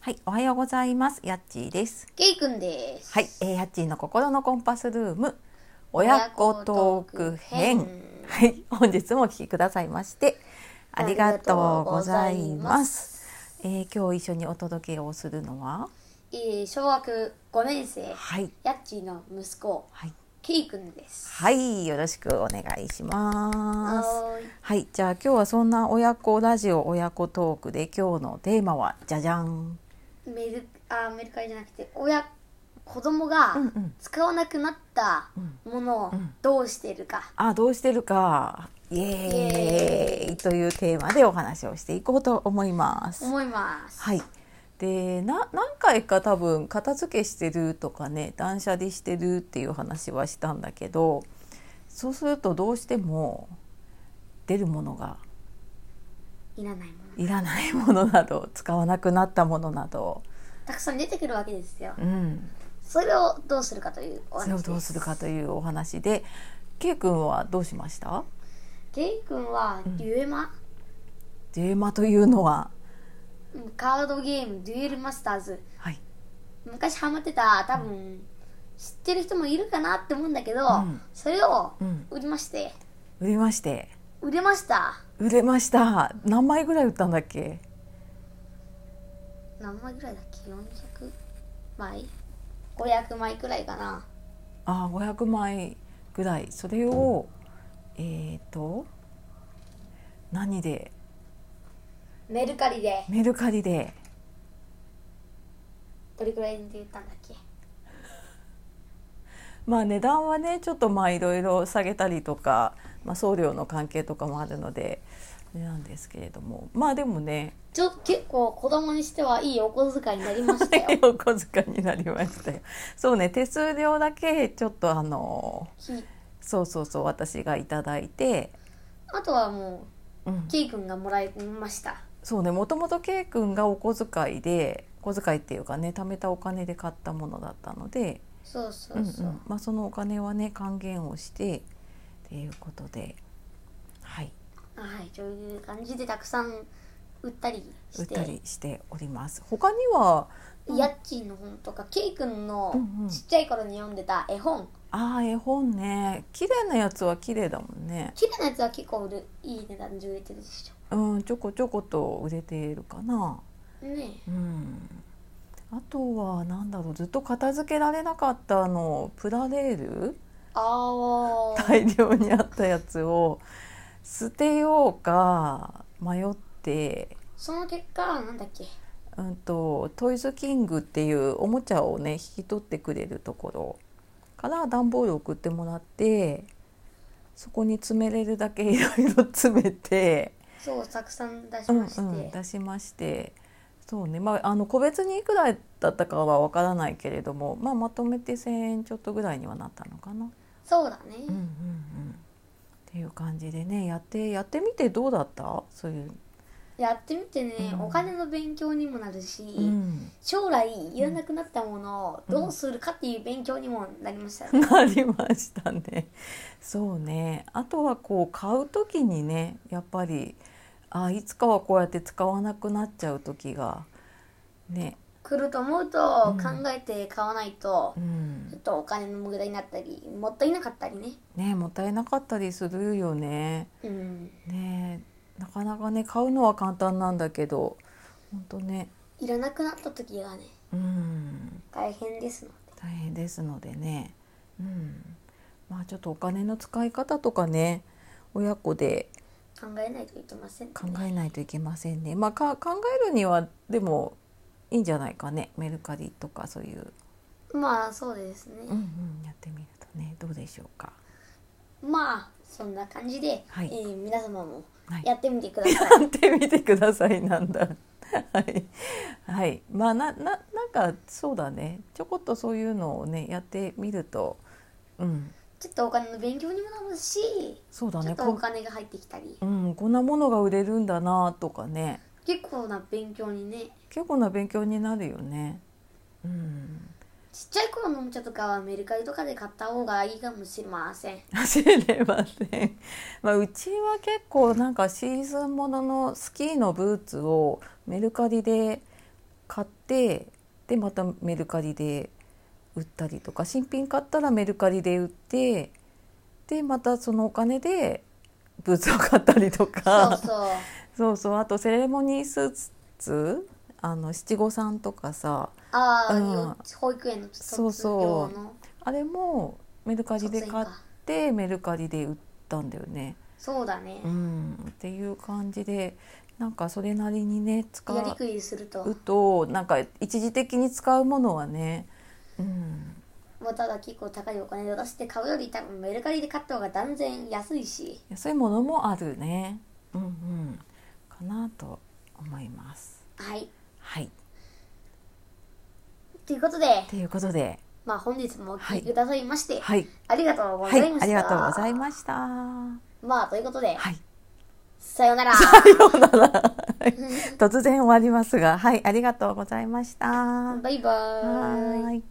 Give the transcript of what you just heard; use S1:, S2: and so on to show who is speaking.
S1: はい、おはようございます。やっちーです。
S2: ケイくんです。
S1: はい、えー、やっちーの心のコンパスルーム親子トーク編。はい、本日もお聞きくださいましてありがとうございます。えー、今日一緒にお届けをするのは、
S2: えー小学5年生、
S1: はい、
S2: ヤッチーの息子、
S1: はい、
S2: ケイくんです。
S1: はい、よろしくお願いします。
S2: はーい
S1: はい、じゃあ今日はそんな親子ラジオ親子トークで今日のテーマはじゃじゃん。
S2: メルあーメルカリじゃなくて親子供が
S1: うんうん
S2: 使わなくなったものをどうしてるか。
S1: あどうしてるかイエーイというテーマでお話をしていこうと思います。
S2: 思います。
S1: はい、でな何回か多分片付けしてるとかね断捨離してるっていう話はしたんだけどそうするとどうしても出るものが
S2: いらないもの。
S1: いらないものなど使わなくなったものなど、
S2: たくさん出てくるわけですよ
S1: う。ん、
S2: それをどうするかというお話
S1: それ
S2: で
S1: を
S2: す。
S1: どうするかというお話で K 君はどうしました
S2: ケイくんはデュエマ、
S1: デュエマというのは、
S2: カードゲームデュエルマスターズ
S1: はい
S2: 昔ハマってた多分、知ってる人もいるかなって思うんだけど、
S1: うん
S2: それを
S1: うん
S2: 売りまして、
S1: 売りまして。
S2: 売れました
S1: 売れました何枚ぐらい売ったんだっけ
S2: 何枚ぐらいだっけ400枚500枚くらいかな
S1: あー500枚ぐらいそれをえっ、と何で
S2: メルカリで
S1: メルカリで
S2: どれくらいで売ったんだっけ
S1: まあ値段はねちょっとまあいろいろ下げたりとか、まあ、送料の関係とかもあるのであれなんですけれどもまあでもね
S2: ちょ結構子供にしてはいいお小遣いになりましたよ
S1: お小遣いになりましたよそうね手数料だけちょっとあの
S2: ひ
S1: そうそうそう私がいただいて、
S2: あとはも
S1: うん
S2: う、ケイ君がもらいました
S1: そうねもともと K 君がお小遣いでお小遣いっていうかね貯めたお金で買ったものだったので
S2: そうそうそう、
S1: んうんまあ、そのお金はね還元をしてっていうことではい
S2: はいという感じでたくさん売ったり
S1: 売っ
S2: して
S1: たりしております。他にはうん
S2: ヤッチーの本とかケイ君の
S1: うんうん
S2: ちっちゃい頃に読んでた絵本、
S1: ああ絵本ね綺麗なやつは綺麗だもんね
S2: 綺麗なやつは結構売るいい値段で売れてるでし
S1: うんちょこちょこと売れているかな
S2: ょね
S1: うんあとは何だろうずっと片付けられなかったあのプラレール
S2: えああ
S1: 大量にあったやつを捨てようか迷って、
S2: その結果なんだっけ
S1: うん、とトイズキングっていうおもちゃをね引き取ってくれるところから段ボール送ってもらってそこに詰めれるだけ いろいろ詰めて、
S2: そうたくさん出し
S1: うん
S2: まして、
S1: うん、出しましてそうねまああの個別にいくらだったかはわからないけれども、まあ、まとめて1,000円ちょっとぐらいにはなったのかな。
S2: そうだね、
S1: うんうんうんっていう感じでねやってやってみてどうだったそういう、
S2: やってみてね、
S1: うん
S2: お金の勉強にもなるし、
S1: うん、
S2: 将来いらなくなったものをどうするかっていう勉強にもなりましたね、
S1: なりましたね。そうねあとはこう買う時にねやっぱりあいつかはこうやって使わなくなっちゃう時がね、
S2: 来ると思う
S1: う
S2: と
S1: ん
S2: 考えて買わないと、
S1: う
S2: ちょ
S1: ん
S2: っ、とお金の無駄になったりもったいなかったりね
S1: ねもったいなかったりするよね。
S2: うん
S1: ねなかなかね買うのは簡単なんだけど本当ね、
S2: いらなくなった時がね
S1: うん、
S2: 大変ですので
S1: 大変ですのでね、うん、まあちょっとお金の使い方とかね親子で
S2: 考えないといけませんね
S1: 考えないといけませんね、まあ、か考えるにはでもいいんじゃないかねメルカリとかそういう、
S2: まあそうですね、
S1: うんうん、やってみるとねどうでしょうか。
S2: まあそんな感じで、
S1: はい
S2: えー皆様も
S1: はい、や
S2: やってみてください、
S1: ってみてくださいなんだ。はい、はい、まあなななんかそうだねちょこっとそういうのをねやってみると、うん、
S2: ちょっとお金の勉強にもなるし
S1: そうだ
S2: ちょ
S1: ね
S2: っとお
S1: こ,、
S2: 金が入ってきたり
S1: うん、こんなものが売れるんだなとかね
S2: 結構な勉強にね
S1: 結構な勉強になるよね。 うん。
S2: ちっちゃい頃のおもちゃとかはメルカリとかで買った方がいいかもしれません
S1: 走れません。まあうちは結構なんかシーズンもののスキーのブーツをメルカリで買ってでまたメルカリで売ったりとか新品買ったらメルカリで売ってでまたそのお金でブーツを買ったりと
S2: そう
S1: か
S2: そう
S1: そうそうあとセレモニースーツあの七五三とかさ
S2: ああ、
S1: うん
S2: よ保育園の卒業
S1: そうそ
S2: の
S1: うあれもメルカリで
S2: 卒園
S1: 買っ
S2: か
S1: てメルカリで売ったんだよね。
S2: そうだね
S1: う、ん、っていう感じでなんかそれなりにね使
S2: やり
S1: う
S2: くりすると
S1: となんか一時的に使うものはね、うん、
S2: まあただ結構高いお金を出して買うより多分メルカリで買った方が断然安いし
S1: そういうものもあるね、うんうん、かなと思います。
S2: はい
S1: はい、
S2: ということで
S1: ということで、
S2: まあ本日もお
S1: は
S2: 聞
S1: い
S2: きくださいまして、
S1: はい、
S2: ありがとうござ
S1: はいい、
S2: ました、
S1: ありがとうございました。は
S2: まあということで、
S1: い、
S2: さようなら
S1: 突然終わりますが、はい、ありがとうございました。
S2: バイバーイ
S1: はーい。